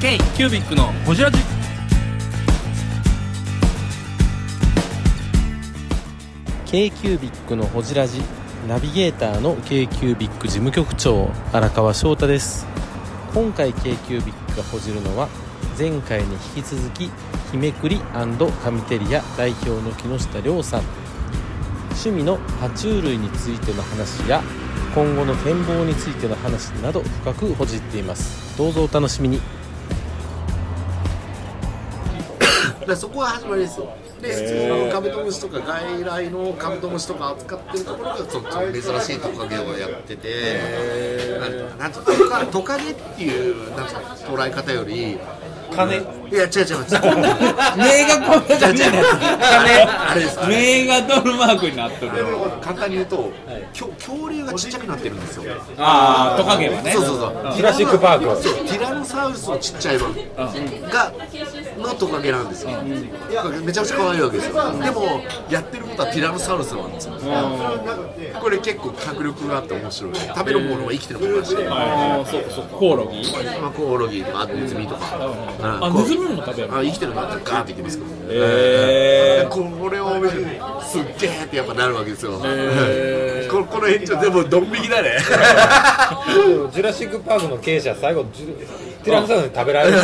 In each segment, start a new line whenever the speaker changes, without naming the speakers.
K キュービックのホジラジ
ケイキュービックのほじラジナビゲーターのケイキュービック事務局長荒川翔太です今回ケイキュービックがほじるのは前回に引き続き日めくりカミテリア代表の木下亮さん趣味の爬虫類についての話や今後の展望についての話など深くほじっていますどうぞお楽しみに
だからそこが始まりですよで、あのカブトムシとか外来のカブトムシとか扱ってるところがちょっと珍しいトカゲをやってて、なんていうかなんていうかトカゲっていうなんていうか捉え方より
金
いや違う違う突っ込んだ
名がこんな感じになってる
あれです
金名がドルマークになっと
で
る
も簡単に言うと、きょ恐竜がちっちゃくなってるんですよ、
ああトカゲはね
そうそうそう
ジュラシックパーク
そうティラノサウルスのちっちゃい版がのトカゲなんですよ、めちゃくちゃ可愛いわけですよでもやってることはティラノサウルスなんですよ、これ結構迫力があって面白い食べるものは生きてるものだし、
ああそうかそうかコオロギ
まあ、コオロギとかあとネズミとか、うん
あ
こう
ネズミも食べる
あ生きてるのだったらガーっていきますから
へえ
これを見てすっげーってやっぱなるわけですよ、 ここの辺ちょっとでもドン引きだね
ジュラシック・パークの経営者最後ティラノサウルスに食べ られる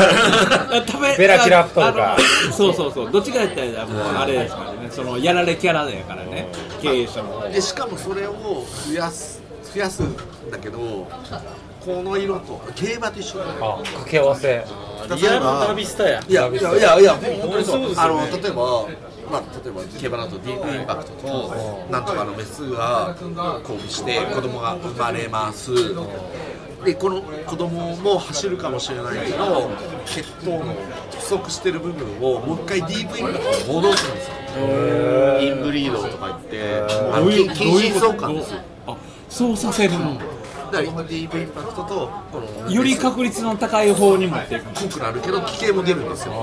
食べ
ベラキラフトとか
あのそうそうそうどっちかやったらもうあれですからねそのやられキャラだからね経営者も
でしかもそれを増やす増やすんだけどこの色と競馬と一緒だよ
あ掛け合わせ
例えば
スタや
いやいやいやいや本当
そう
にそう
ですよね
あの例えばまあ、例えば競馬だとディープインパクトとなんとかのメスが交尾して子供が生まれますでこの子供も走るかもしれないけど血糖の不足してる部分をもう一回ディープインパクトに戻すんですよインブリードとか言ってあの近親相関ですよ
あそうさせるの
だからディープインパクトとこの
より確率の高い方に持っていく
濃くなるけど危険も出るんですよ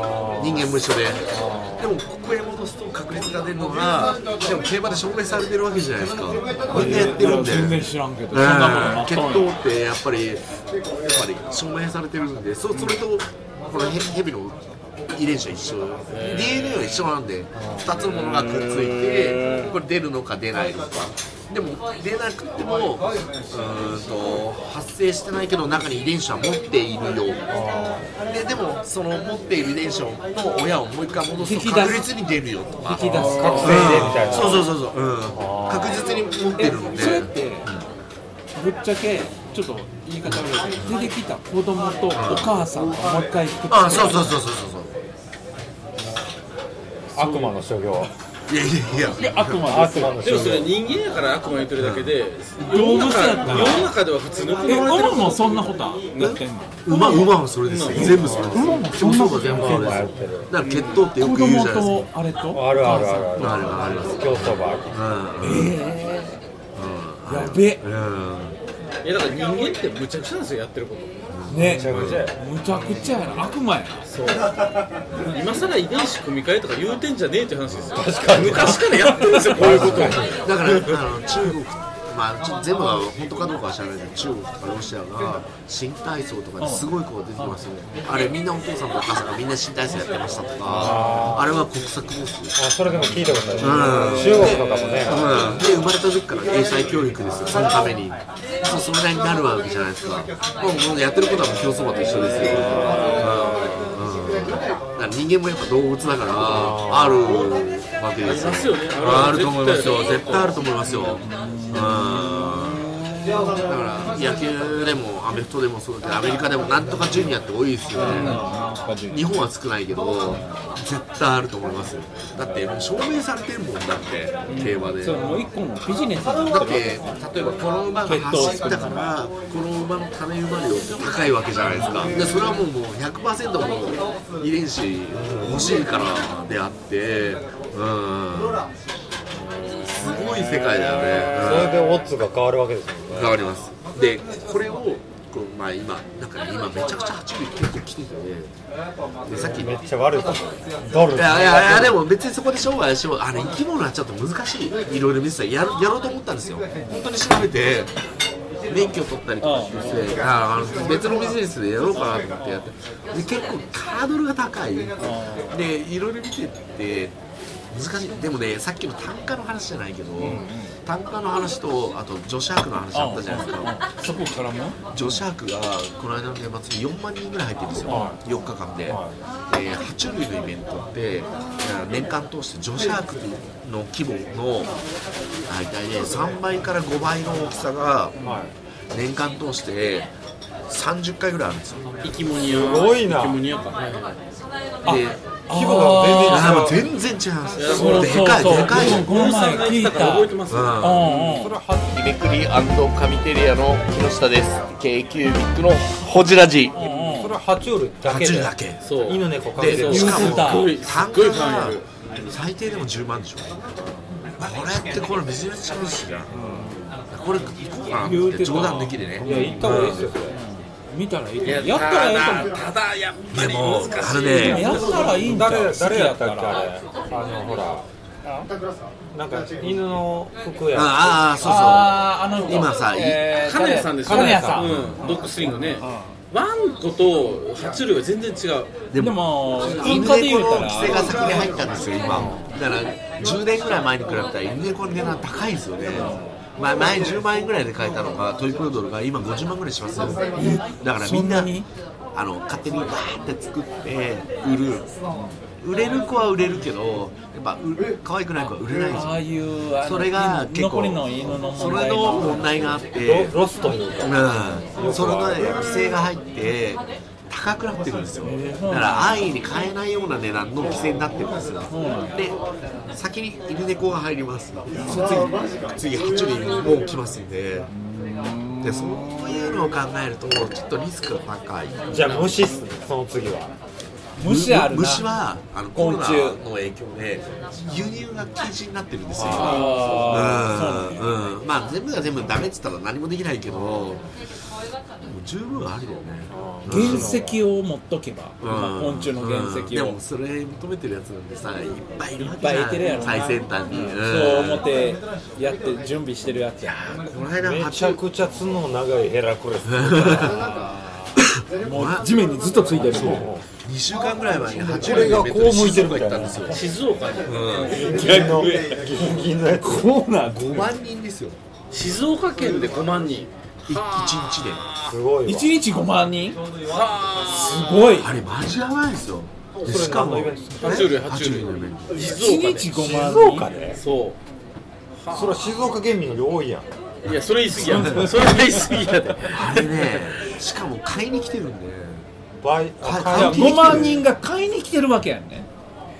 人間も一緒ででもここへ戻すと確率が出るのがでも競馬で証明されてるわけじゃないですかみんなやってるんで
全然知らんけどそんなことなっ
血
とんや
糖ってやっぱりやっぱり証明されてるんでそそれとこのヘヘビの遺伝子は一緒 DNA は一緒なんで2つのものがくっついてこれ出るのか出ないのかでも出なくてもうーんと発生してないけど中に遺伝子は持っているよででもその持っている遺伝子の親をもう一回戻すと
引き出す
確率に出るよとか
引き出す
覚醒でみたいな
そうそうそうそう、うん、確実に持って
え
るので
それってぶっちゃけちょっと言い方悪いけど出てきた子供とお母さんがもう一回くっついて
あそうそうそうそうそうそう
悪魔の所業
いやいやいや、
悪魔ですよ
でもそれ人間やから悪魔言ってるだけで、
動物やった
世
ら
の中では普通の子
え
供
馬もそんなことなってんの
馬、馬もそれですよ。全部それですよ。馬もそんなこと全部それです
やっ
よ。
てる
だから血統ってよ
子
く言うじゃな
供
いで
と
す
あれと
あるあるある
か。
あ
ありますあります。
る競争馬
お母さんやべ
いやだから人間ってむちゃくちゃなんですよやってること
ね
めちゃくちゃや
むちゃくちゃやな悪魔やな
今さら遺伝子組み換えとか言うてんじゃねえって話ですよ確かに昔からやってるんですよこういうこと
だから、あの、中国。まあ、ちょっと全部が本当かどうかは知らないけど中国とかロシアが新体操とかですごい子が出てますよねあれみんなお父さんとお母さんがみんな新体操やってましたとかあれは国策ですよ
あそれでも聞いたことない中
ん
国とかもね
うん、で生まれた時から英才教育ですよそのためにそうそれなりになるわけじゃないですかもうもうやってることはもう競争馬と一緒ですよ、うんうん、だから人間もやっぱ動物だからあるわけですよ
すよね
あ
ある
ると思いますよ絶対あると思いますよ、うんだから野球でもアメフトでもそうだけどアメリカでもなんとかジュニアって多いですよね、日本は少ないけど絶対あると思いますよだって証明されてるもんだって競馬で
それもう一個のビジネスだ
だって例えばこの馬が走ったからこの馬の種馬量って高いわけじゃないですかでそれはもうもう100%もう遺伝子欲しいからであってうんすごい世界だよね、うん
それでオッズが変わるわけですもんね
変わりますでこれをこうまあ今なんかね今めちゃくちゃ8結構来ててでさっき
めっちゃ悪いドル
いやいやいやでも別にそこで商売しようあれ生き物はちょっと難しいいろいろ見てたやるやろうと思ったんですよ本当に調べて免許取ったりとかしててああの別のビジネスでやろうかなと思ってやってで結構ハードルが高いでいろいろ見てって難しいでもねさっきの単価の話じゃないけど、単価の話とあと女子博の話あったじゃないですか、
そこからも
女子博がこの間の年末に4万人ぐらい入ってるんですよ、4日間で、で爬虫類のイベントっていや年間通して女子博の規模の大体ね3倍から5倍の大きさが年間通して30回ぐらいあるんですよ
生き物屋
すごいな
生き物屋か
で
規模が全
あ
然違
も
う
う全然違うんですよ
そう
でかいでかい
この前聞いた
覚えてます
うん
うんうん
リベクリカミテリアの木下です k キュービックのホジラジ
それは爬虫類だ
爬
け
虫
で
類だけ
そう
犬猫関係
で
で
しかも
す
ごい
単
す
価
ごいファン
が
いる
最低でも10万でしょこれってこれビジネスチャンスじゃんこれ行こうかなと思って冗談できでね
いや行った方がいいですよそれ
見たらいい
い
やったらええかも
ただただやっぱ
で
り
も
難
あ
し
の
い
ね
やったらいいんじゃん
誰誰や
好
っ
き
たっけ
ら
あれあのほらなんか犬の服や
ああそう
あーあの
そう今さい
金谷さんでしょ
金谷さん
うんドッグスリングねワンコと爬虫類は全然違う
で
でも
も文
犬猫
化で言う
の
た
規
ら
制が先に入ったんですよ今だから10年ぐらい前に比べたら犬猫の値段高いですよね前前10万円ぐらいで買えたのがトイプードルが今50万ぐらいしますよだからみんな
そんなに
あの勝手にバーって作って売る売れる子は売れるけどやっぱう可愛くない子は売れないんです
あ
よ
あいうあの
それが結
残
構
りの犬の問題
それの問題があって
ロロスというか
うん、それのね規制が入って高くなってるんですよだから安易に買えないような値段の規制になってるんですよで先に犬猫が入ります次次爬虫類も来ますんででそういうのを考えるとちょっとリスクが高い
じゃあ虫っすねその次は
虫あるな
虫はあのコロ
昆
ナ
虫
の影響で輸入が禁止になってるんですよ
あ
うんうんまあ全部が全部ダメって言ったら何もできないけどもう十分あるよね
原石を持っとけば、まあ昆虫の原
うん
石
で
を、
もそれ求めてるやつなんでさいっぱいいるわけ
いっぱいいてるやろな
最先端に、ん
そう思ってやって準備してるやつや
この間
め
爬
ちゃ
虫
くちゃ角長いヘラクレス
もう地面にずっとついてる
2週間ぐらい前に爬虫
これ
類
が
の
こ
イベント
う
に
向いて
静
る
岡行
みた
っ
い
たん
な
ですよ
静岡に
ギン のギンギンのやつ
こうなん
5万人ですよ
静岡県で5万人
1日です
ごいわ
一日5万人すごい
あれマジやばいですよでしかも
それ何のイベ
え
ン
爬虫類爬虫類
のイベント
静岡
1
で
日
そ
5万人
静岡で
う
それは静岡県民の量多いやん
いや、それ言い過ぎや。それは言い過ぎやで。
あれねしかも買いに来てるんで
倍
はい
あ
はい
5万人が買いに来てるわけやんね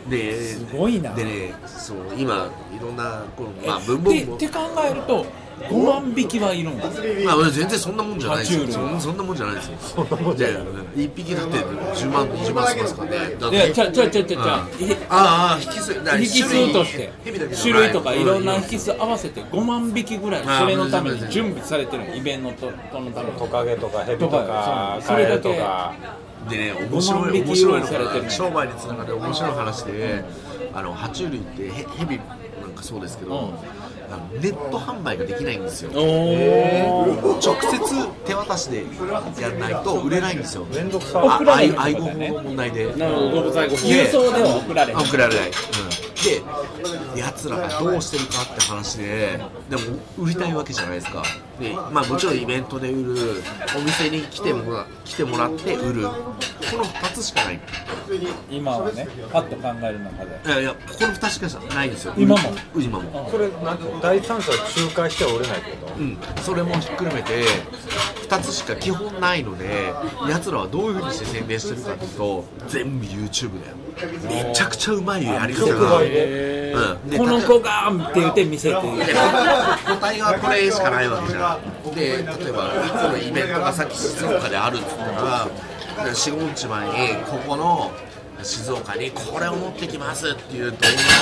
です
ごいな
でねそう今いろんなこの、まあ、文
で
房
っ
具も
て考えると5万匹はいるんだ
まあ、全然そんなもんじゃないです
爬
よ
虫
そ
類
んそんなもんじゃないですよ
そんなもんじゃない
で一匹だって10万20万しますからねだっ
い
て
やちゃちゃちゃちゃちゃ
うんああ引き数だから
引き数として
種類だけじ
種
ゃない
類とかいろんな引数合わせて5万匹ぐらい
あー
それのために準備されてるイベントのために
トカゲとかヘビと
とか
か
そう
カエルとか
でね面白
5
い
万匹
面白い
用意され
の
てる
が
ね
商売につながる面白い話であの爬虫類ってヘヘビなんかそうですけど、あのネット販売ができないんですよ直接手渡しでやらないと売れないんですよ
めんどくさ
あ
送られへん
愛護法の問題で
なるほど、動物愛護
郵送では送られへん
送られない、うん、でやつらがどうしてるかって話ででも売りたいわけじゃないですかで、まあ、もちろんイベントで売るお店に来てもら来てもらって売るこの2つしかない
今はねパッと考える中で
いやいやここの2つしかないんですよ
今も
うん今も
これなんか第三者を仲介しては売れないってこと
うんそれもひっくるめて2つしか基本ないのでやつらはどういうふうにして宣伝してるかっていうと全部 YouTube だよめちゃくちゃうまいやり方
即
が、
売
う
で
ん、で
この子がーんって言って見せて
で答えはこれしかないわけじゃんで例えばいつのイベントがさっき静岡であるって言ったら45日前にここの静岡にこれを持ってきますっていう動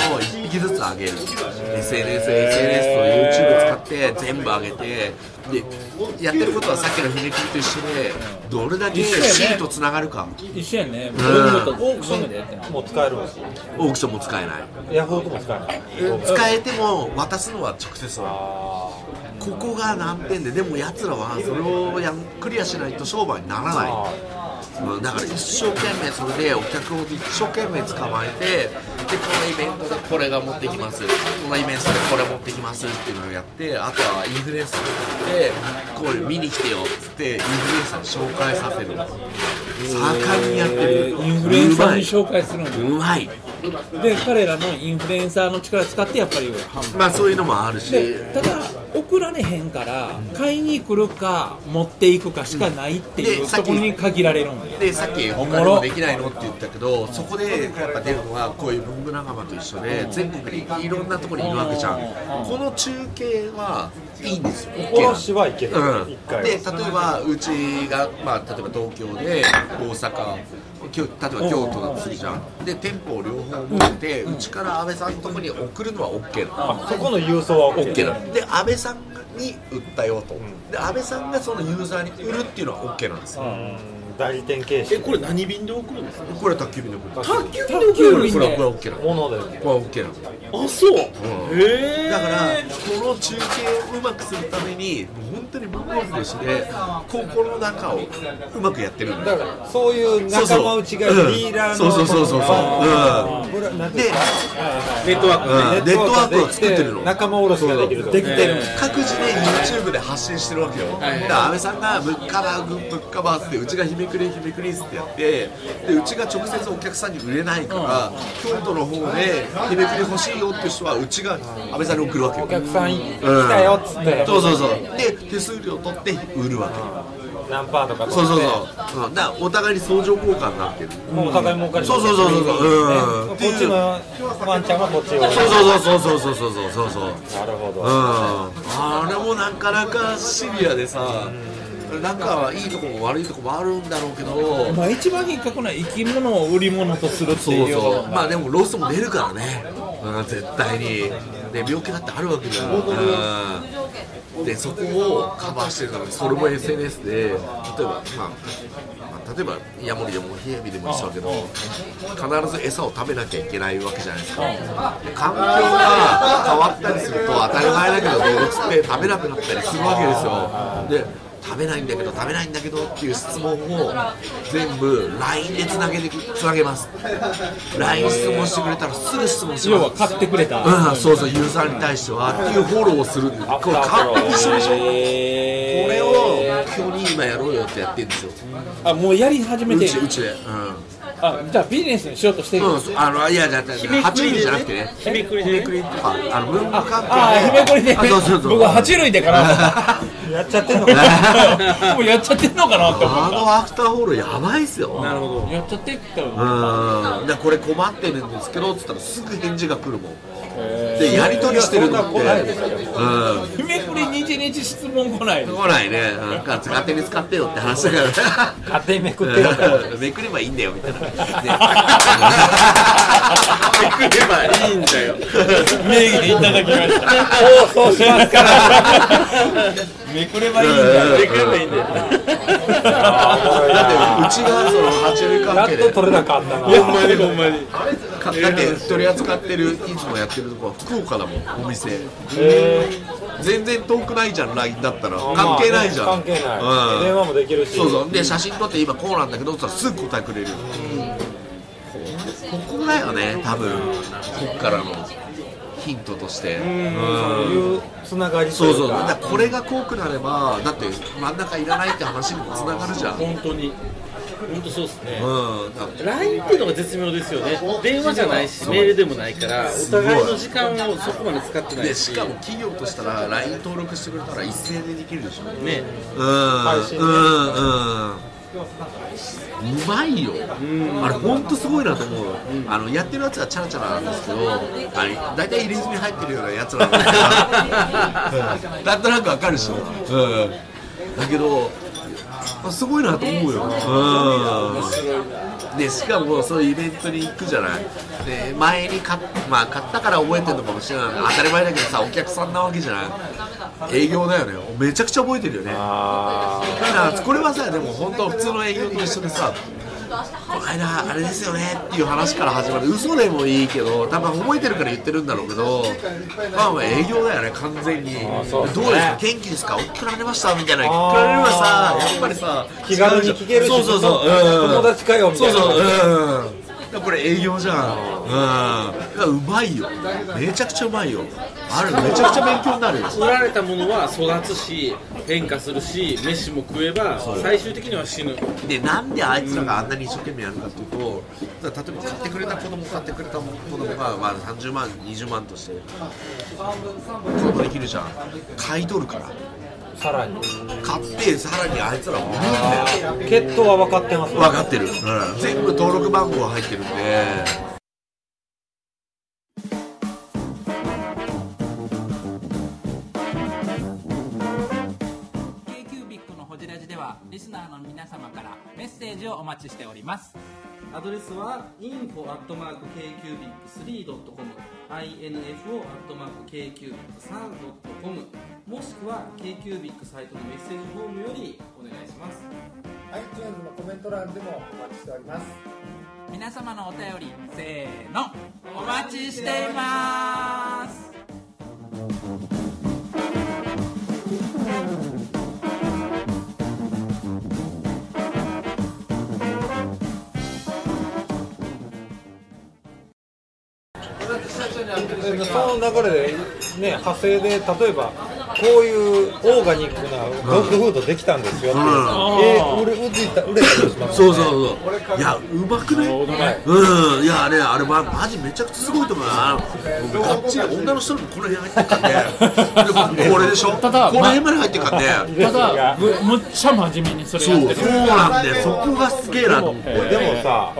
画を1匹ずつ上げる SNS と SNS と YouTube 使って全部上げてでやってることはさっきのひねくりと一緒でどれだけ C とつながるか
一緒やねそういうことオークションでやってんの
もう使えるんですよ
オークションも使えない
ヤフオクも使えない
使えても渡すのは直接なのここが難点ででも奴らはそれをやんクリアしないと商売にならないうんだから一生懸命それでお客を一生懸命捕まえてでこのイベントでこれが持ってきますこのイベントでこれ持ってきますっていうのをやってあとはインフルエンサーを取ってこういう見に来てよっつってインフルエンサーを紹介させる盛んにやってる
インフルエンサーに
う
紹介するんで
まいうまい
で彼らのインフルエンサーの力使ってやっぱり販売
まあそういうのもあるし
でただ送られへんから買いに来るか持っていくかしかないっていう、
でさ
そ
っき
こに限られるんで
でさっき「他にもできないの?」って言ったけどそこでやっぱ出るのはこういう文具仲間と一緒で全国にいろんなところにいるわけじゃんこの中継はいいんですよ OK なんです
しはいける、
うん
一回は
で例えばうちが、まあ、例えば東京で大阪きょ例えば京都だとするじゃんで店舗を両方持っててうちから安倍さんのところに送るのは OK なの
あそこの郵送は OK
OK なので安倍さんに売ったよとで安倍さんがそのユーザーに売るっていうのは OK なんですよ
うん代理店形
え
式
これ何便で送るんですか
これは宅急便で送る
宅急便で送るんです
こ
か
れはこれは OK なの
もので
これは OK なの
あそうへ
ん
え
だからこの中継をうまくするためにもう本当にマンモスとしてここの中をうまくやってるんだ
だ
よ
からそういう
そう
仲
そう
間内がリーダーの
うんそうそうそうそうそう
あーこれはなんていうんですか
ネットワーク
うんネットワークを作ってるの
仲間おろしができると
できてる各自で YouTube で発信してるわけよだから安倍さんが「ぶっかばぶっかば」っつってうちが「ひめくれひめくれ」っつってやってでうちが直接お客さんに売れないから京都の方で「ひめくれ欲しいよ」って人はうちが安倍さんに送るわけよ
お客さん来たよっつって、
そうそうそうで手数料取って売るわけよ
何パーとか取っ
そ
て
うそうそう、うん、だからお互いに相乗交換になってる
もうお互い儲かり
そうそうそうそうそううん
こっちのワンちゃんはこっちを
そうそうそうそうそうそうそうそうそう
なるほ
うん
ど
あれもなかなかシビアでさ仲はいいとこも悪いとこもあるんだろうけど
まあ、一番引っかくのは生き物を売り物とするって
そ
いううよ
そうまあでもロスも出るからね、うん、絶対にで病気だってあるわけじゃん、うん、でそこをカバーしてるからそれも SNS で例えば、まあまあ例えばヤモリでもヒヤビでも一緒だけど必ず餌を食べなきゃいけないわけじゃないですか環境が変わったりすると当たり前だけど動物って食べなくなったりするわけですよで食べないんだけど食べないんだけどっていう質問を全部 LINE でつなげてつなげます LINE 質問してくれたらすぐ質問し
要は
ます
買ってくれた、
うん、そうそうユーザーに対してはっていうフォローをするんでこれ完璧一緒でしょこれを目標に今やろうよってやってるんですよ
あもうやり始め
う
て
ち
る
うちで
あじゃあビジネスにしようとして
う
る、
ん、うん、そうあのいやいやいや8人じゃなくてね
ひめくり
ひめ
で
くりとかあの文化関係
ああひめこりで
あそうそうそう
僕は爬虫類でかな
やっちゃってんのかな
もうやっちゃってんのかなって思う
あのアフターホールやばいっすよ
なるほど
やっちゃってった
うーんでこれ困ってるんですけどっつったらすぐ返事が来るもんでやり取りしてるのって
いやそんな来ないですよ
うん
ひめくり日日質問来ない
来ないねなんか勝手に使ってよって話だ からね
勝手にめくってるから
うんめくればいいんだよみたいなね めくればいいんだよ
名義でいただきました放送しますからめくればいいんだよ
めくればい いんだよだってうちがその爬虫類
や
関
っ
係
と
で
取れなかったな
ほんまにほんまに
かだって取り扱ってるいつもやってるとこは福岡だもんお店全然遠くないじゃん LINE だったら関係ないじゃん、
まあ関係ない
うん、
電話もできるし
そうそうで写真撮って今こうなんだけどって言ったらすぐ答えくれる、ここだよね多分こっからのヒントとして
そういうつながりと
そ
いうか
そうだからこれが濃くなればだって真ん中いらないって話にもつながるじゃんうん
本当に本当そうですね
だ
LINE っていうのが絶妙ですよね電話じゃないしメールでもないからお互いの時間をそこまで使ってない
で
し
しかも企業としたら LINE 登録してくれたら一斉でできるでしょ
ね
うんうんうんうまいよ、あれ本当すごいなと思う、あのやってるやつはチャラチャラなんですけどあれ大体入れ墨に入ってるようなやつら なんですようんなんとなくわかるでしょ、うん、だけどあすごいなと思うよ、うん、でしかもそういうイベントに行くじゃないで前に買っ,、まあ、買ったから覚えてるのかもしれない当たり前だけどさお客さんなわけじゃない営業だよねめちゃくちゃ覚えてるよねだからこれはさでも本当普通の営業と一緒でさこの前田あれですよねっていう話から始まる嘘でもいいけど多分覚えてるから言ってるんだろうけどまあまあ営業だよね完全にどうですか元気ですか大きくなりましたみたいな聞
あー
かれればさやっぱりさ
気軽に聞けるし
そうそうそううん
友達かよみたいな
そうそううんだからこれ営業じゃんうんだからうまいよめちゃくちゃうまいよあれめちゃくちゃ勉強になるよ
売られたものは育つし変化するし飯も食えば最終的には死ぬ
でなんであいつらがあんなに一生懸命やるかっていうと、だから例えば買ってくれた子供買ってくれた子供が、まあ、30万20万として子供できるじゃん買い取るから
さらに
買ってさらにあいつらを売るんだよ
血統は分かってます
分かってる、全部登録番号入ってるんで
キュービックのホジラジではリスナーの皆様からメッセージをお待ちしております
アドレスは info.kcubic3.com info.kcubic3.com もしくは KQBIC サイトのメッセージフォームよりお願いします
iTunes のコメント欄でもお待ちしております
皆様のお便りせーのお待ちしています
その流れで、ね、派生で例えばこういうオーガニックなドッグフードできたんですよって、えー売れ売れた売れたりします
そうそうそういやうまくないうんいやあれあれまマジめちゃくちゃすごいと思うよあのがっちり女の人もこの辺入ってっからねでこれでしょこ
ただ
の辺まで入ってっからね
ただむむっちゃ真面目にそれ
そ
やっ
う
て
そう
る
なんだよそこがすげえなと思って
でもさ、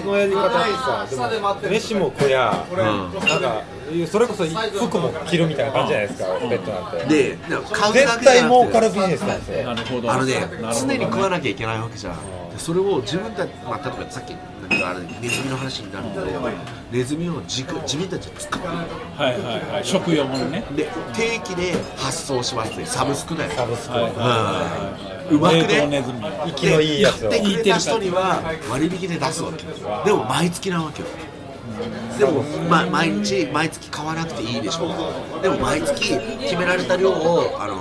そのやり方ってさでも飯も食や、なんかそれこそ服も着るみたいな感じじゃないですか、ペットなんて
で買うだ
絶
けじ
対
ゃ
儲
な
か
く
る
て
ビジネスなんですよ
なるほど
あのね
なるほ
常
ど
に食わなきゃいけないわけじゃんでそれを自分たち、まあ、例えばさっきなんかあれネズミの話になるけどネズミを自己自分たちで使う
はいはいはい食用ものね
で定期で発送しますねサブスクだよ
サブスク、
はい
うんうまくね
冷凍ネズミ
息のいいやつを
で買ってくれた人には割引で出すわけでも毎月なわけよでも、ま、毎日毎月買わなくていいでしょうでも毎月決められた量をあの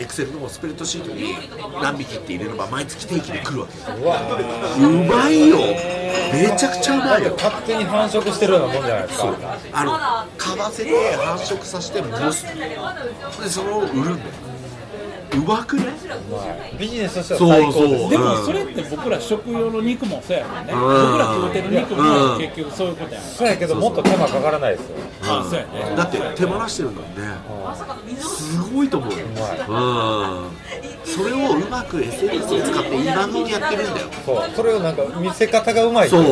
エクセルのスプレッドシートに何匹って入れれば毎月定期で来るわけようまいよめちゃくちゃうまいよ
勝手に繁殖してるようなもんじゃないですか
あの買わせて繁殖させて戻すでそれを売るんだようまくね
ビジネスとしては最高です
でも
うん
それって僕ら食用の肉もそうやもんね
ん
僕ら食うてる肉も
うん
結局そういうことやもん
そうやけどもっと手間かからないですよ
あそうやね
だって手放してるんだもんねすごいと思うよ、うん、それをうまく SNS を使って今風にやってるんだよ
そうそれをなんか見せ方がうまい
そう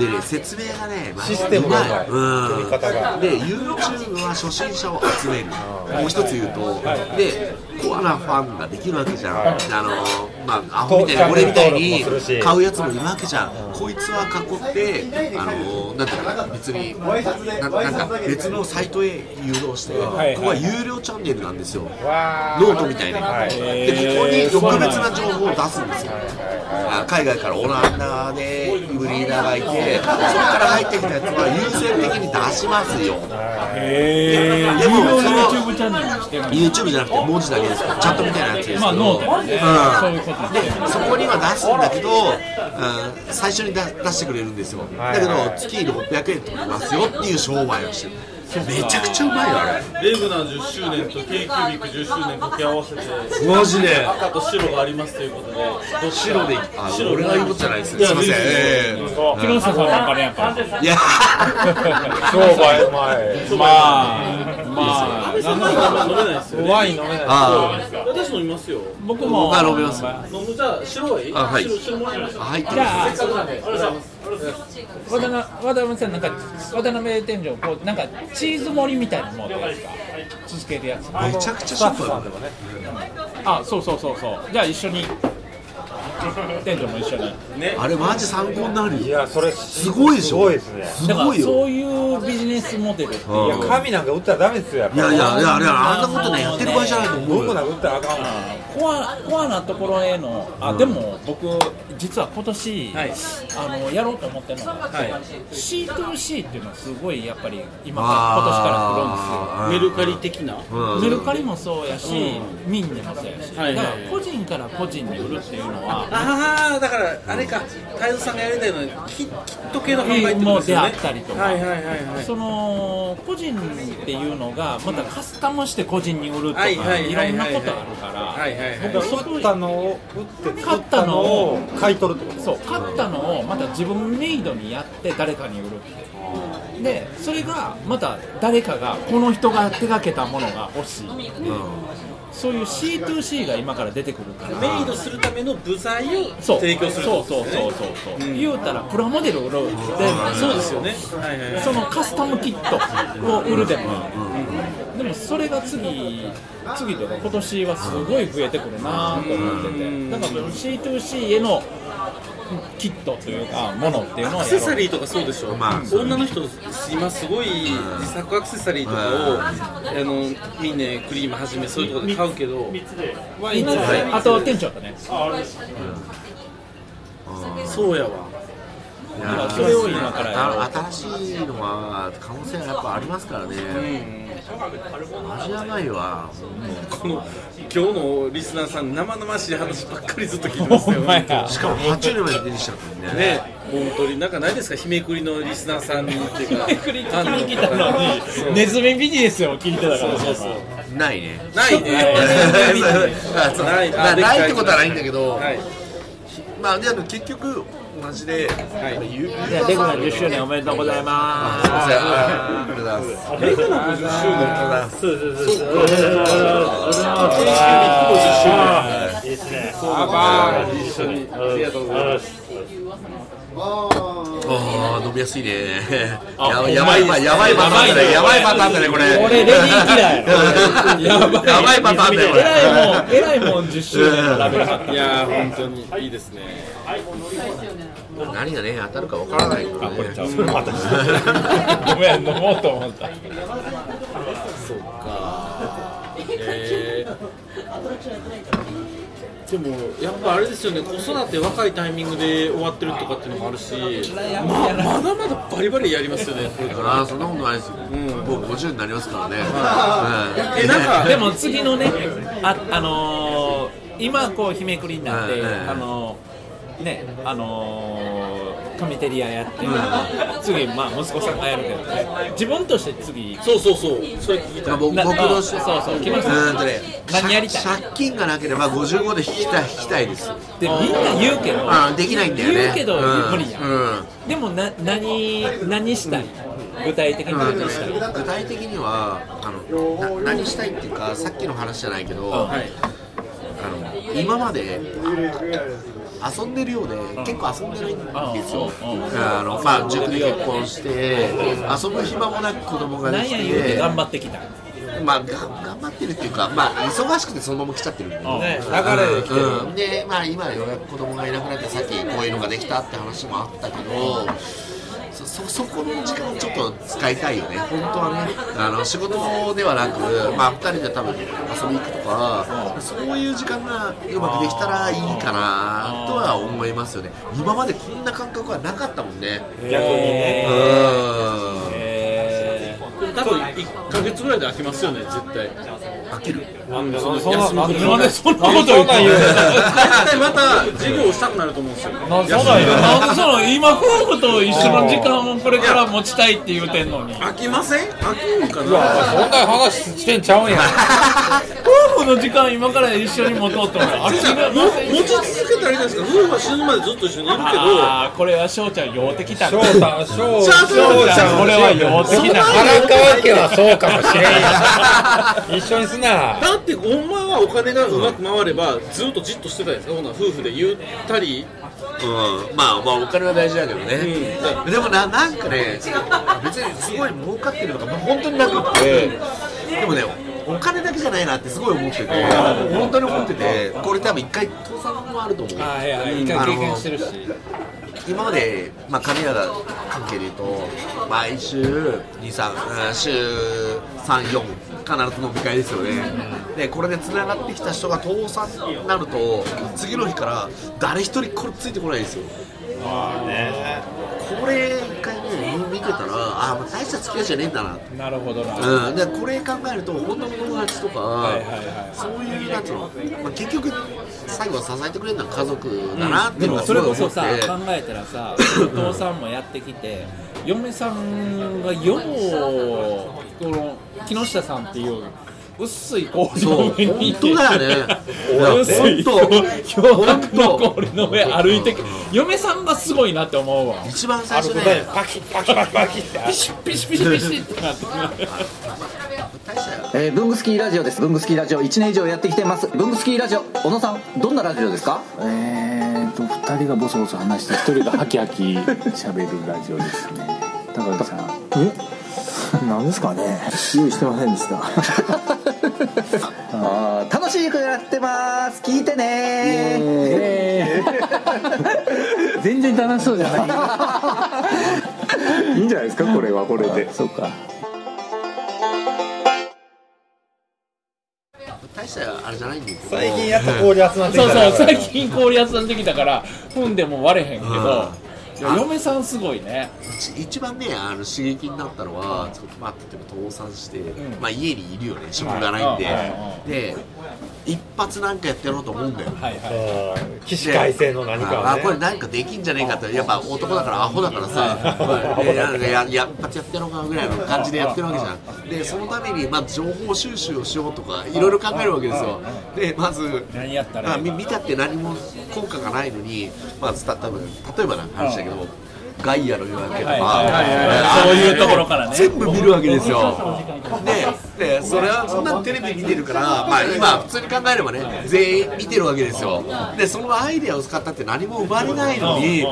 でね説明がねまあ
システムがうまい
うん
組み方が
で YouTube は初心者を集めるもう一つ言うとでコアなファンができるわけじゃん、あのまあアホみたいな
と
俺みたい
チャンネル
に
登録もするし
買うやつもいるわけじゃんこいつは囲ってあのなんていうかな別にななんか別のサイトへ誘導して、
い
ここは有料チャンネルなんですよ
わー
ノートみたいな、
はい
でここに特別な情報を出すんですよ、あ海外からオランダでブリーダーがいて、そこから入ってきたやつは優先的に出しますよ、
へえ有
でも
料
その
YouTube チャンネルにしてる
YouTube じゃなくて文字だけですから、チャットみたいなやつですけど、
まあノートやねそういうことで
うん、そこには出すんだけど、うん、最初にだ出してくれるんですよ、
はいは
だ
い
けど、月に600円取りますよっていう商売をしてる、めちゃくちゃうまいよ、あれ。
レグナー10周年と k ー b i c 10周年掛け合わせて
マジで
赤と白がありますということでどっち
白で、あ、俺が言うことじゃないですね。すいません。ええ
木下さんはお金やから
いや、
まあ
商売うまい
まあ
そんなの飲めないですよね
ワイン飲めない
あ
私飲みますよ
僕も
僕は飲みます
飲むじゃあ白はいい
あはい
白白もらいまし
あ、
た
入って
じ
る。
ゃあ
ありがとうございます
渡辺渡辺さんなんか渡辺店長こうなんかチーズ盛りみたいなの持ってるやつか続けるやつ
めちゃくちゃショップだ
あそうそうそうそうじゃあ一緒に
店長も一緒に
あれマジ参考になる
い
よ
やそれ
すごいでしょ
すごいですね
す
だか
ご
ら
い
そ
よ
ういうビジネスモデルって
うん
いや神なんか打ったらダメですよやっ
いや
ぱ
いやいやいやあんなことねやってる場合じゃないと思う
僕
よ
なんか打ったらあかんわ
コアコアなところへのあ、でも僕実は今年、
はい
あのやろうと思ってるのが、
い
C2C っていうのはすごいやっぱり今から今年から来るんですよ
あー
メルカリ的な
うん
メルカリもそうやし、民でもそうやし、
はいはいはい
だから個人から個人に売るっていうのは、
ああだからあれか太蔵さんがやりたいのはキッキット系の販売ってこと
も
で
う
す
で
よ
あ
ね
ったりとか、
はいはいはいはい
その個人っていうのがまたカスタムして個人に売るとか、
はいいはいはいはい
ろんなことあるから、
はいはいはい
僕はそこ
打ったのを打って
買ったのを
買い取るってこと
そう買ったのをまた自分メイドにやって誰かに売るってでそれがまた誰かがこの人が手掛けたものが欲しい、そういう C2C が今から出てくるから
メイドするための部材を
そう
提供するって
そう
こと
そう
です
そう
よね
そうそう、言うたらプラモデル売ろうで
そうですよねはいはいはい
そのカスタムキットを売るでも、でもそれが次次というか今年はすごい増えてくるなと思っててだからその C2C へのキットというかものっていうのを
アク
や
セサ
ろ
リーとかそうでしょ、
まあそう
女の人今すごい自作アクセサリーとかを、あのミネクリームはじめそういうところで買うけど
うみんなであと店長とね
そうやわ
いや
それを今からやろう
新しいのは可能性はやっぱありますからねマジやばいわ
この今日のリスナーさん生々しい話ばっかりずっと聞いてます よ
しかも80年まで出てきちゃったんだよね
ね本当になんかないですかひめくりのリスナーさんっていうかあの
聞いたのにネズミビジネスを聞いてたから
そうそう
ないね
ないね
あそう
ない
な
あでっかい
ないってことはないんだけど、
はい
まあでも結局同じで、はい、ユーザーさん
レグナ10周年おめでとうございます
すいませんありがとうございますあり
レグナ50周年
がとうございます
50周年いいですね一緒にありがとうございます
あー飲みやすいねややばいパやばいパターンだねやばいパターンだねこれ
これレディー嫌い
やばいやばいパターンだよこれ
えらいもんえらいもん10周年のラベル貼って
いやー本当にいいですね。
何がね当たるかわからないけどね
ごめん飲もうと思った
えーでもやっぱあれですよね子育て若いタイミングで終わってるとかっていうのもあるし、ままだまだバリバリやりますよねこれか
あーそんなことないですよ、もう50になりますからね、
ら。えなんか
でも次のねああのー、今こう日めくりになって、
うんうん
あのー、ねあのー、カミテリアやって、次まあ息子さんがやるけどね自分として次
そうそうそうそれ聞きたい。
僕
な
僕
あ
の
そうそう決ま
う
った
ーんとね
何やりたい
借借金がなければ55で引きたい引きたいです
でみんな言うけど
あーできないんだよね
言うけど
うん
無理やん
うん
でもな何何したい具体的に
まあ
何したい、
具体的にはあのな何したいっていうかさっきの話じゃないけど、あの今まで遊んでるようで結構遊んでないんですよ、あのまあ、塾で結婚して遊ぶ暇もなく子供がで
何
き
や言うて
て、
頑張ってきた
まあ、が頑張ってるっていうか、まあ、忙しくてそのまま来ちゃってるんで、
ね流れで来てる
うん、で、まあ、今ようやく子供がいなくなってさっきこういうのができたって話もあったけどそそそこの時間をちょっと使いたいよね本当はねあの仕事ではなく、まあ、2人で多分遊び行くとかそういう時間がうまくできたらいいかなとは思いますよね今までこんな感覚はなかったもんね
逆にね
うん
多分1ヶ月ぐらいで飽きますよね絶対。
飽きる
なんでそんなそんな
なんでそんなこと言
そ
うん
なん言う
絶対また授業をしたくなると思うんですよ。
のそんなん言う
なんでその今この子と一緒の時間をこれから持ちたいって言うてんのに
飽きません？飽きるか
うわ
な。
そんな話してんちゃうんや
夫婦の時間今から一緒に持とうと思うあれ
じゃあも持ち続けたらいいじゃないですか。夫婦は死ぬまでずっと一緒にいるけど。
あーこれは翔ちゃん用的だ
翔さん翔
翔
ちゃん
これは用的だ
荒川家はそうかもしれんよ一緒にすな
だってほんまはお金がうまく回ればずっとじっとしてたんですかほな夫婦でゆったり
うん、まあまあお金は大事だけどね、でもななんかね別にすごい儲かってるとか本当になくって、でもねお金だけじゃないなってすごい思ってて、本当に思ってて、これ多分一回倒産もあると思う。
あいや一回経験してるし
今まで、まあ、神谷関係で言うと、毎週2、3、うん週3、4、必ず飲み会ですよね、でこれで繋がってきた人が倒産になると、次の日から誰一人これついてこないんですよ。これ、一回ね、見てたら、ああ、大した付き合いじゃねえんだなって
なるほどなはい
うん、でこれ考えると、女の友達とか、
はいは
そういうなんつうの、まあ、結局、最後は支えてくれるのは家族だなっ
い
てい
で
うの
も
は
そ
すご
れ
い思
こ
って、
そさ考えたらさお父さんもやってきて嫁さんがようこの木下さんっていう薄い氷
そう、
の上に
本当だよね。
薄い
いや本
氷の
本当
氷の上歩いてく嫁さんがすごいなって思うわ
一番最初ね、
パキッパキパキパキって
ピシッピシッピシッピシッってなってる
大したよ。
えー、ブングスキーラジオですブングスキーラジオ1年以上やってきてますブングスキーラジオ小野さんどんなラジオですかえーと2人がボソボソ話して1人がハキハキ喋るラジオですね高橋さんえなんですかね用意してませんでした あー楽しくやってます聞いてね 全然楽しそうじゃないいいんじゃないですかこれはこれでそうか
大したあれじゃないんだけど。
最近やっと氷集まってき
そう
たから
そう最近氷屋さんできたから踏んでも割れへんけど、
うん
いや嫁さんすごいね
一一番ねあの刺激になったのは、ちょっとまあ例えば倒産して、まあ家にいるよね、職がないんで、
はいはい
で一発なんかやってやろうと思うんだよ。
はいはい
うん起死回生の何か
あ
を
これ
ね
なんかできんじゃねえかってやっぱ男だからアホだからさ、でなんかややっぱやってやろうかぐらいの感じでやってるわけじゃんでそのためにまあ情報収集をしようとかいろいろ考えるわけですよでまず
何やった
ま
ら
あ、
いい
み見たって何も効果がないのに、まあ、つた多分例えばな話だけど、ガイアの夜明けとか、
はいそういうところからね
全部見るわけですよ。で、でそれはそんなテレビ見てるから、まあ、今、普通に考えればね、全員見てるわけですよ。で、そのアイデアを使ったって何も生まれないのに、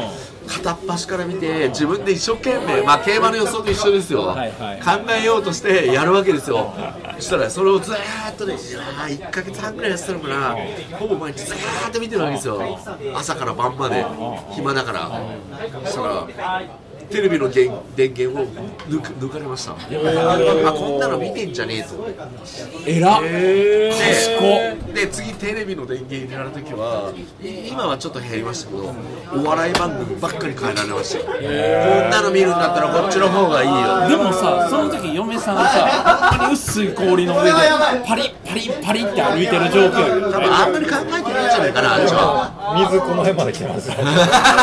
片っ端から見て、自分で一生懸命、まあ、競馬の予想と一緒ですよ、
いはい
考えようとしてやるわけですよ。そしたら、それをずーっとね、いやー1ヶ月半ぐらいやってたのかな、ほぼ毎日ずーっと見てるわけですよ、朝から晩まで、暇だから。そしたらテレビの電電源を抜く抜かれましたあこんなの見てんじゃねえぞ
えらっ
でで次テレビの電源入れられた時はい今はちょっと減りましたけどお笑い番組ばっかり変えられましたこんなの見るんだったらこっちの方がいいよ
でもさその時嫁さんさ本当に薄い氷の上でパリッパリッパリッって歩いてる状況よ
多分あんまり考えてないんじゃないかなあっちは
水この辺まで来 てます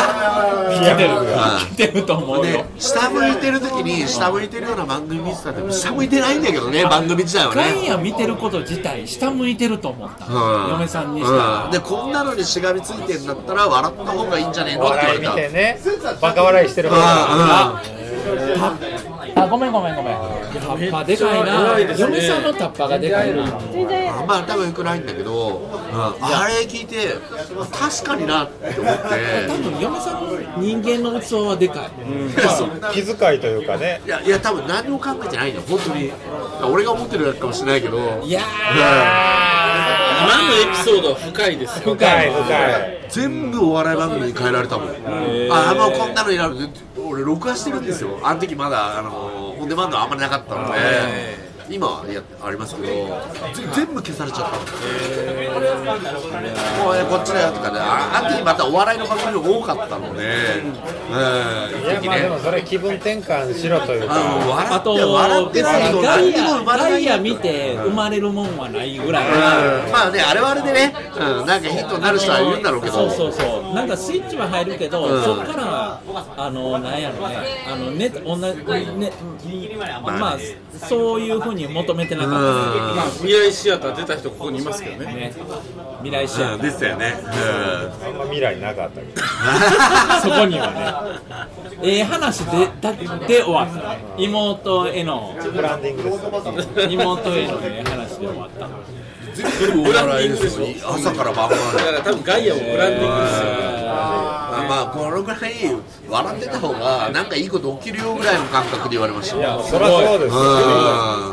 見てる見てると思う
で
よ
下向いてる時に下向いてるような番組見てたって下向いてないんだけどね番組自体は
ガイ
ね
ア見てること自体下向いてると思った、
うん
嫁さんにしたら、
うんでこんなのにしがみついてんだったら笑った方がいいんじゃねえ
お
のって言わ
笑
れ
い見
た
てねバカ笑いしてる方が
あ
あごめんごめんごめんタッパでかいな嫁さんのタッパがでかいな
あんまり頭良くないんだけど、あれ聞いて確かになって思って
多分嫁さんの人間の器はでかい、
気遣いというかね
いやいや多分何も考えてないんだよ本当に俺が思ってるだけかもしれないけど
いや
今のエピソードは深いですよ
深い深い
全部お笑い番組に変えられたもん、ああもうこんなのいらん俺録画してるんですよあの時まだあのオンデマンドあんまりなかったので、今はいやありますけどぜ全部消されちゃったの、もうねこっちだよとかねああの時またお笑いの番組多かったので、うん
いやまあでもそれ気分転換しろというか
あ
ー
の
あ
笑っ
と
て笑ってないと
ガ
何
イ
にも生
ア
まれな
ガ
い
イア見
て
て生まれるもんはないぐらい、
まあねあれはあれでね、うん、なんかヒントになる人はいるんだろうけど
そうそうそうなんかスイッチは入るけど、
うん
そっからあのなんやろねあのね同じねまあそういうふうに求めてなかった
まあ未来シアター出た人ここにいますけどね
ね未来シ
う
ア
ん
タ
で
ー
したよね、
あんま未来なかったけど
そこにはねええ話でだで終わった妹への
ブランディングです
妹へのね話で終わった
全部お笑いですよ朝から晩ま
だか
で
ら多分ガイアもブランディングですよ
まあまあこのぐらい笑ってた方がなんかいいこと起きるよぐらいの感覚で言われました
そりゃそうですよ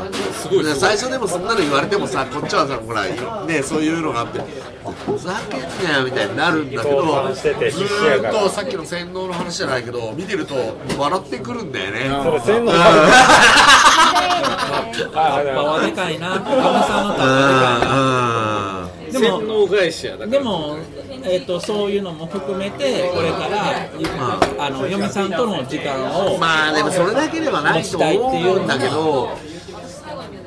うん
すごいすごい
最初でもそんなの言われてもさこっちはさほらいろねそういうのがあってふざけんなよみたいになるんだけど
伊藤さんしてて
ず
必死や
ー
か
っ
ら
とさっきの洗脳の話じゃないけど見てると笑ってくるんだよね
それ洗脳
うん
され
葉はでかいな、旦那さんの
う
葉はでかいな。
んうん
でも
洗脳返しやだか
でも、えー、とそういうのも含めてこれから、あの嫁さんとの時間を、
まあでもそれだけではないと思うんだけど、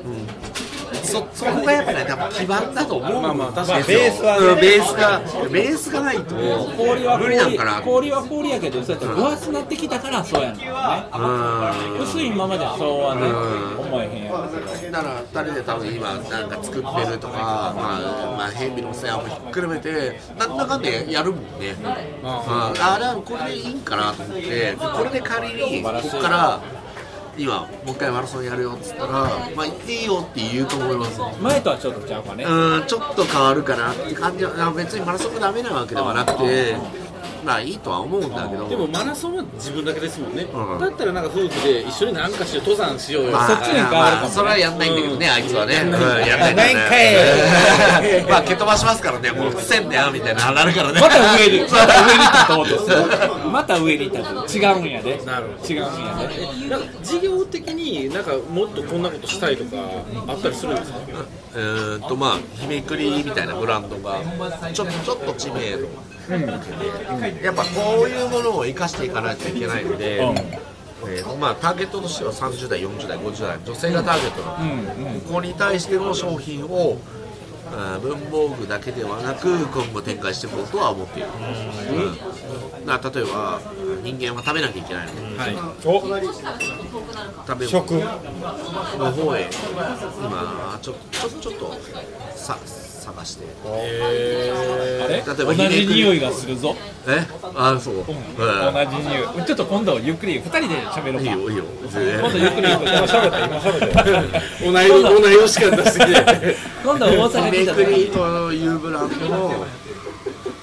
うん、そそこがやっぱり、ね、多分基盤だと思うんですよ、
まあベースはね
うんベースがベースがないと
氷は
無理なんかな
氷氷は氷やけどそうやって分厚なってきたからそうやんね、
うん
薄いままじゃそうはね、
うん
思えへんやろうけど
だから2人で多分今なんか作ってるとか、まあ、まあ変微の世話もひっくるめてなんだかんだやるもんね、うん、ああれはこれでいいんかなと思ってこれで仮にここから今もう一回マラソンやるよっつったらまあいいよって言うと思います
前とはちょっとちゃうかね、
うんちょっと変わるかなって感じはあ別にマラソンがダメなわけではなくてまあいいとは思うんだけど
でもマラソンは自分だけですもんね、
うん
だったらなんか夫婦で一緒になんかしよう登山しようよ、
まあ
そっちに変わるかもね
まあそれはやんないんだけどね、あいつはね。うんやんないん
ないんか
だよね。 まあ、蹴飛ばしますからね、もう、せんだよみたいな、なるからね。
また上に ま
そ
た
う
上に立とうとするまた上に立とう違うんやで違うんやで
なんか事業的になんかもっとこんなことしたいとかあったりするんですか
うーんと、まあ、日めくりみたいなブランドが、ちょっと、ちょっと知名度。やっぱこういうものを生かしていかないといけないので、えーまあ、ターゲットとしては30代、40代、50代、女性がターゲットなので、ここに対しての商品を、あー文房具だけではなく、今後展開していこうとは思っている。うんだから例えば、人間は食べなきゃいけないので、
お
食べ物
食
の方へ、今、ちょちょちょっとさ探して、
あれ
例え
同
ばひねくり
じ匂いがするぞ
えあー、そう、うん
同じ匂いちょっと今度ゆっくり二人で喋ろう
いい
か
よ、いいよ、
今度ゆっくり
今喋った今 喋った
お内容お内容しか出すぎて
今度は大阪
メ
来
イ
た
ク
時
リ
に
ーというブランドの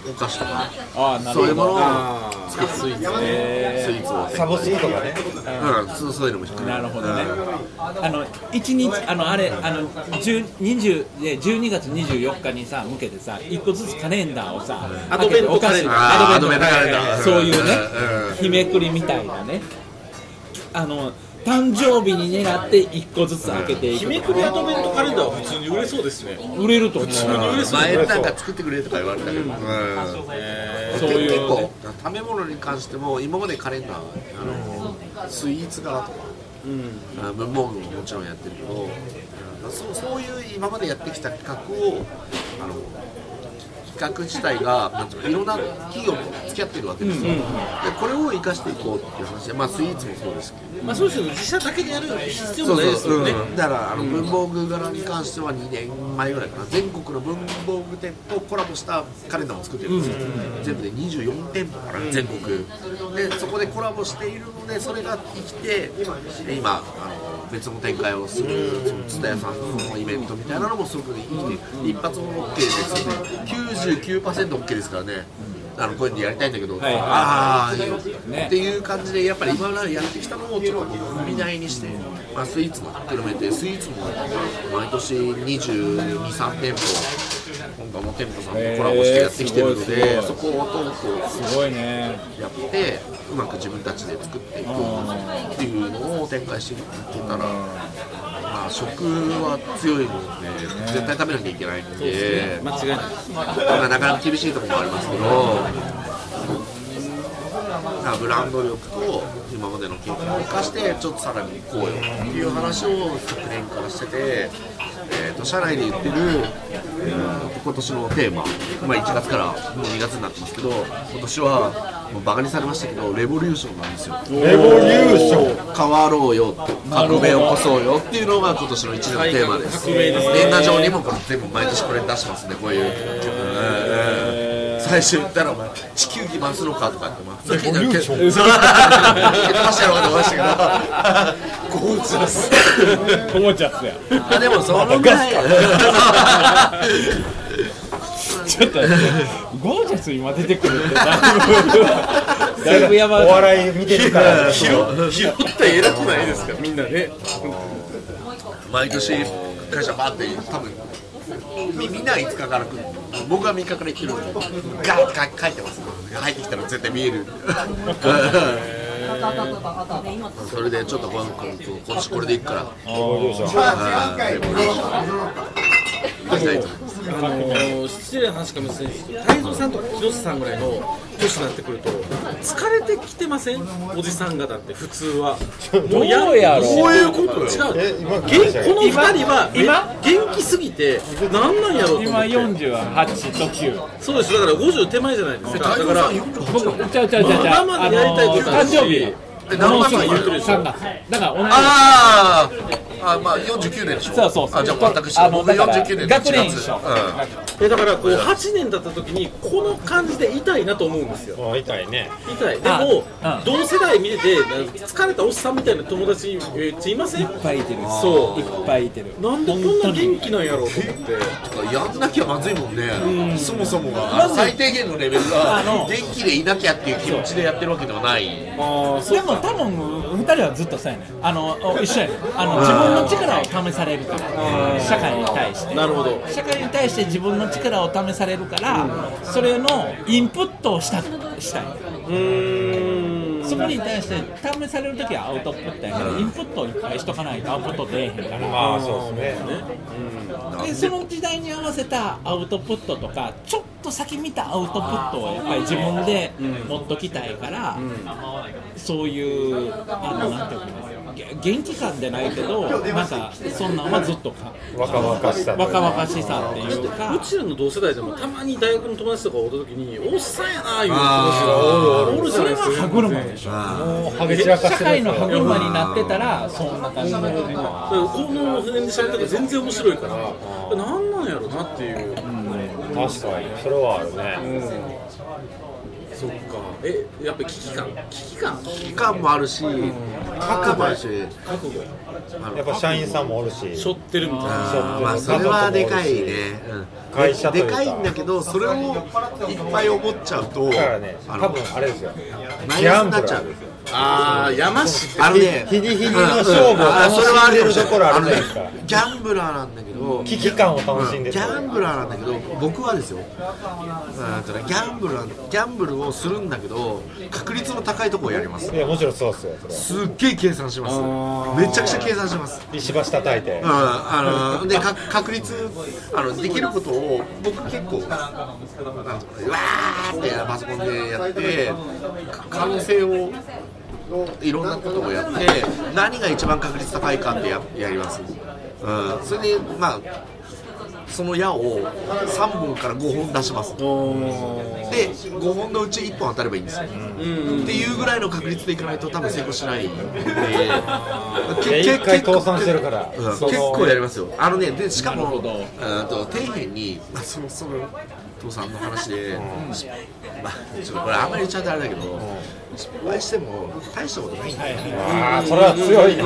お菓子とか
ああなる
そうい
ほ
うもの
ど
を作るスイーツスイーツを
サブスクとかね
うんそうそういうのも低い
なるほどね。あの一日あのあれあの十二十で十二月二十四日にさ向けてさ一個ずつカレンダーをさ
アドベントカレンダー
あー
アドベントカレンダー
アドベント
そ
カレンダー
ういうね
うん
日めくりみたいなねあの誕生日に狙って一個ずつ開けてい
日
く
めくりアドベントカレンダーは普通に売れそうですね
売れると思う。
嬉しい
前なんか作ってくれとか言われたけど、うん
そういう
結構食べ物に関しても今までカレンダーあのスイーツ柄とか、あ文房具ももちろんやってるけどあそうそういう今までやってきた企画をあの企画自体がなんていうかいろんな企業と付き合ってるわけですよ、でこれを生かしていこうっていう話で、まあ、スイーツもそうですけど
まあそうですよね自社だけでやる必要
そ
も
う
ないです
そう
よね
うん、だからあの文房具柄に関しては2年前ぐらいかな全国の文房具店とコラボしたカレンダーも作ってるんですよ、全部で24店舗から全国、でそこでコラボしているのでそれが生きてで今あの別の展開をするその蔦屋さんのイベントみたいなのもすごく生きて一発も OK ですよね 99%OK ですからねあのこういうのやりたいんだけど、
いはい
ああいいよっていう感じでやっぱり今までやってきたのをちょっと踏み台にして、まあ、スイーツもひっくるめてスイーツも毎年223店舗今度はもう店舗さんとコラボしてやってきてるので、
へーす
そこをどんど
すごいね。
んやってうまく自分たちで作っていくっていうのを展開していけたら、まあ、食は強いので絶対食べなきゃいけないんで
間違いない
まあなかなか厳しいところもありますけど、まあブランド力と今までの経験を生かして、ちょっとさらに行こうよっていう話を昨年からしてて、えー、と社内で言ってる、えー今年のテーマ、まあ、1月からもう2月になってますけど、今年はもうバカにされましたけど、レボリューションなんですよ。
レボリューション
変わろうよ、革命を起こそうよっていうのが今年の一年のテーマです。年賀状にもこれ全部毎年これ出しますね、こういう。うん最初言ったらお前地球儀回すのかとかってまあ、さっきのけ、そう蹴飛ばしてやろうかと思いましたけど、ゴージャス。
おもちゃっすや。
あでもそのぐらい。
ちょっと待ってゴージャス今出てくるってだいぶだいぶや ば
お笑い見てるから
拾拾ったら偉くないですかみんなね
毎年会社バーって多分みみんなは5日から来る僕は3日から行ってるんでガーッて書いてます入ってきたら絶対見えるそれでちょっとこのこの今年これでいくから
あのー、失礼な話かもしれないですけど、太蔵さんとか広瀬さんぐらいの年になってくると、疲れてきてません、おじさん方って、普通は。どうやろこういうこと違う、
え今
元この二人は今元気すぎて、なんなんやろうと思
今
って、
48と9
そうです、だから50手前じゃないですか、だから、
僕ちゃうちゃうちゃうちゃう
生でやりたいことあ
あの
る
誕
し
生日
え何月
もう
言ってる
そう3月だから同じ
あーあまあ49年でしょ
そうそうそう
あじゃあ全く一緒
あの
僕
だから
49年の1
学年一
月
緒
えだからこう8年経った時に、この感じで痛いなと思うんですよ。
あ痛いね
痛いでも、同世代見ててなんか疲れたおっさんみたいな友達めっちゃいませんいっ
いっぱいいてる
そう
いっぱいいてる
なんでこんな元気なんやろうと思って
うんやんなきゃまずいもんねそもそもが最低限のレベルが元気でいなきゃっていう気持ちでやってるわけではない
でも多分二人はずっとそうやねんあのお一緒やねんあの自分の力を試されるから社会に対して
なるほど
社会に対して自分の力を試されるからそれのインプットをしたしたいそこに対して試されるときはアウトプットやけどインプットをいっぱいしとかないとアウトプット出えへんから
まあそうですね
でその時代に合わせたアウトプットとかちょっと先見たアウトプットをやっぱり自分で持っときたいから、そういうあのなんていうのかなげ元気感でないけどなんかそんなんはずっとか
若々しさという
若々しさっていう
う
か
ちらの同世代でもたまに大学の友達とかおった時におっさんやないう友達
あ
がおるじゃ
そ
ない
れ
です
は
か
歯車でしょ
もうはげ散らかし
社
てる
会の
ん
歯
ですよ
車になってたらそんな感じになるのは
だからこの辺で喋ったら全然面白いからなんなんやろなっていう、
確かにそれはあるね
そっかえやっぱり危機感危機感
期間もあるし覚悟もあるし
やっぱ社員さんもおるし
背負ってるみたいな
あーまあそれはでかいねうん
会社とい
で
うか
かいんだけどそれをいっぱい思っちゃうと
だからね
あ
多
の
分あれですよ
マイナスになっちゃう
ああ山師
あのね
ヒリヒリの勝負を
あーそれはあ
楽しん
るかもしれな
でると
い
ころあ
あ
る
の
じ
ね
ゃないですか
ギャンブラーなんだけど
危機感を楽しんで
ギ
る
ャンブラーなんだけど僕はですよなんていうのギャンブルはギャンブルをするんだけど確率の高いところをやります
いやもちろんそうっすよそれは
すっげえ計算しますめちゃくちゃ計算します
石橋叩いて
うん、あのでか確率あのできることを僕結構なんていうのわーってパソコンでやってか可能性をいろんなことをやって何が一番確率高いかってややります、うん、それでまあその矢を3本から5本出しますで5本のうち1本当たればいいんですよ、っていうぐらいの確率でいかないと多分成功しないんで
で
け
一回
結構
倒産してるから
うん結
その
構やりますよあのねでしかもうんと底辺にまあそもそも父さんの話で、しまあ、ちょっとこれあんまり言っちゃうとあれだけど、失敗しても大したことないんだよ、ね
あーそれは強いな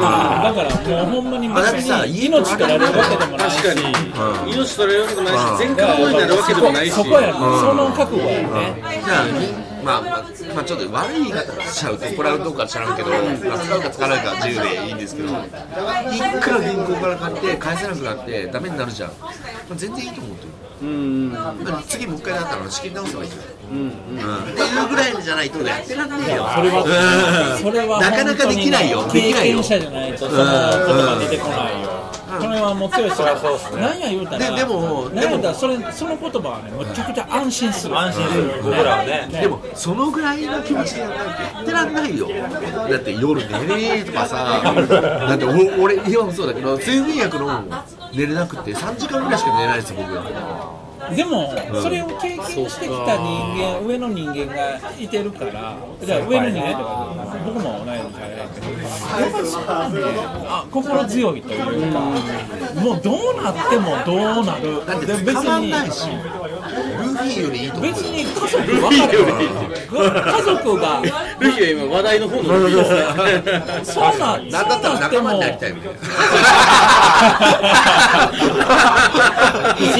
だからもうほんまに別
あだってさ
に命取られるわけでもないし
確かに、命取られるわけでもないし全科のになるわけでもないし
そこやねその覚悟やね
じゃあにまあまあ、まあ、ちょっと悪い言い方しちゃうと怒られるどうか知らんけど、まあ使うか使わないか自由でいいんですけど、いくら銀行から借りて返せなくなってダメになるじゃん、まあ、全然いいと思うとうん、まあ、次もう一回だったら仕切り直せばいいじゃん、うんっていうぐらいじゃないとやってらんねえよそれは、うん、
それは
なかなかできないよ
本当
で
に
きない
経
よ
験者じゃないとそのことが出てこないよそれはもう強いしなんや言うたら
ででも
なんや言うたらそれその言葉はねむちゃくちゃ安心する安心する
僕らはね
でもそのぐらいの気持ちでやらないとやってらんないよだって夜寝れねえとかさだってお俺今もそうだけど睡眠薬の寝れなくて3時間ぐらいしか寝れないですよ僕
でも、それを経験してきた人間、上の人間がいてるから、じゃあ上の人間とか、僕も同い年じゃないけど、やっぱりそこはね、あ心強いというか、もうどうなってもどうなる、
だって
で
捕まんないしルーフィよりいいと思うよ
別に家族分かる家族が
ルフィは今話題の方のルフィですね
そうなそう
なんだったら
なって
仲間
も
になりたいみたいな。そうそうそう。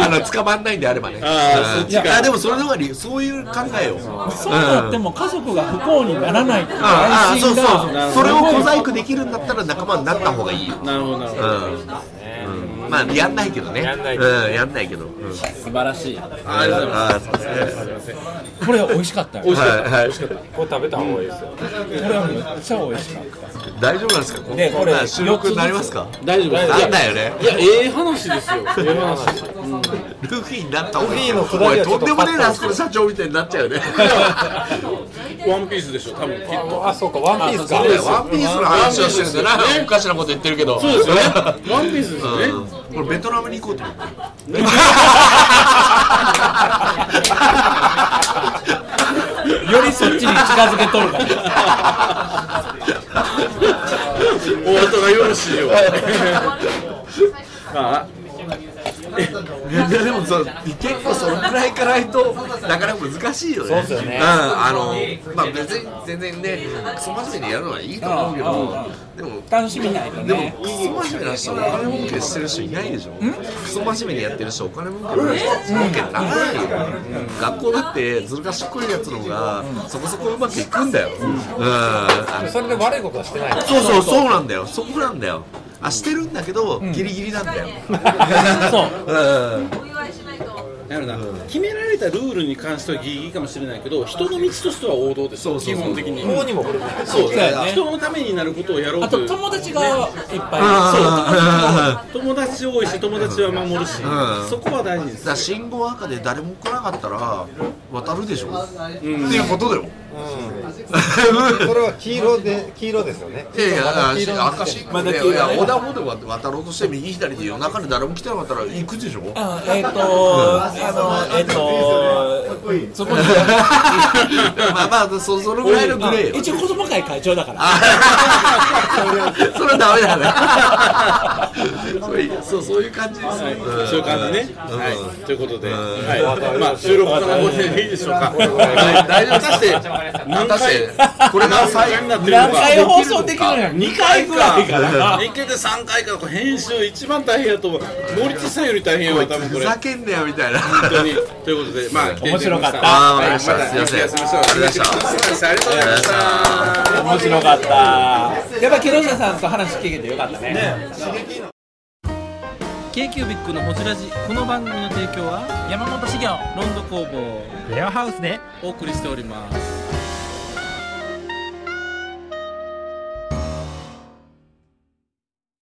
あの捕まんないんであればね。
あーそっ
い
ちか
やでもそれの方が理そういう考えよ。
そうなっても家族が不幸にならないっていう
ああ
安
そう
心
そう
が
そう。それを小細工できるんだったら仲間になった方がいいよ。
なるほどなるほ
う
ど
ん。うんまあやんないけどね。やんないけど。やんないけど。うん
素晴らしい
ありがとうございます。
これ美味しかったよ
美味しかっ
はいはい。
これ食べた方がいいですよ、
これはめっちゃ美味しかった
大丈夫なんですか。こん
ねこれ
な収録になりますか。
た大丈夫です
なんだよね。
いやええ話ですよええ話
ルフィになった方がいい。
ルフィのくだ
お
り
い
はちょ
と
っと
んでもねえなあそこの社長みたいになっちゃうよね。
ワンピースでしょ多分きっと
あそうかワンピースか
そうだよワンピースの話をしてるんだな、おかしなこと言ってるけど、そうですよね、
ワンピースですよね
これ、ベトナムに行こう と思ってる。
よりそっちに近づけとる から
お後がよろしいよまあ
いやでもそう結構そのくらいからいとなかなか難しいよね。そうですよね。ん、あのまあ別に全然ねクソ真面目にやるのはいいと思うけど、でも
楽しみないと
でも
ね
クソ真面目な人お金儲けしてる人いないでしょ。クソ真面目にやってる人お金儲けの人儲けならないよ。学校だってずる賢いやつの方がそこそこうまくいくんだよ。うん。あの
それで悪いことはしてない
そうそうそうなんだよそこなんだよあしてるんだけど、ギリギリなんだよそう、うん、
なるな、決められたルールに関してはギリギリかもしれないけど人の道としては王道ですよ基本的に
法にもこれ
そう
そうやね
人のためになることをやろ
あ
うとい
と
う
友達がいっぱ
あ
友達多いし友達は守るし、
うん
そこは大事です
だから信号赤で誰も来なかったら渡るでしょ、っていうことだよ、
それは黄色で黄色ですよね
いやいやあし赤信号で、いや横断歩道で渡ろうとして右左で夜中に誰も来てなかったら行くでしょ
いうんえっとあのえっとそこに
まあまあそそのぐらいのグレ ーよ
一応子供会会長だから
あそれはダメだねそれ そうそういう感じですね、ん
そういう感じね、
うん
はい、ということで、
ん
はいまあ、収録からこれでいいでしょうか、
はい大 丈夫
だって何
果た
回
してこれが最後
になってるの
何
か
回放送できるのよ2回ぐらいかな
一回で3回からこれ編集一番大変やと思う森地さんより大変やわ多分こ
ふ
れ
ざけんなよみたいな
本当にということでまあ来ていだきま
面白かった
あーわかり
はい
ました
た
すいません
来ていだきありがとうございましたありがとうございました
面白かったやっぱ木下さんと話聞けてよかったね
k q b i c のホジラジこの番組の提供は
山本修行
ロンド工房レアハウスでお送りしております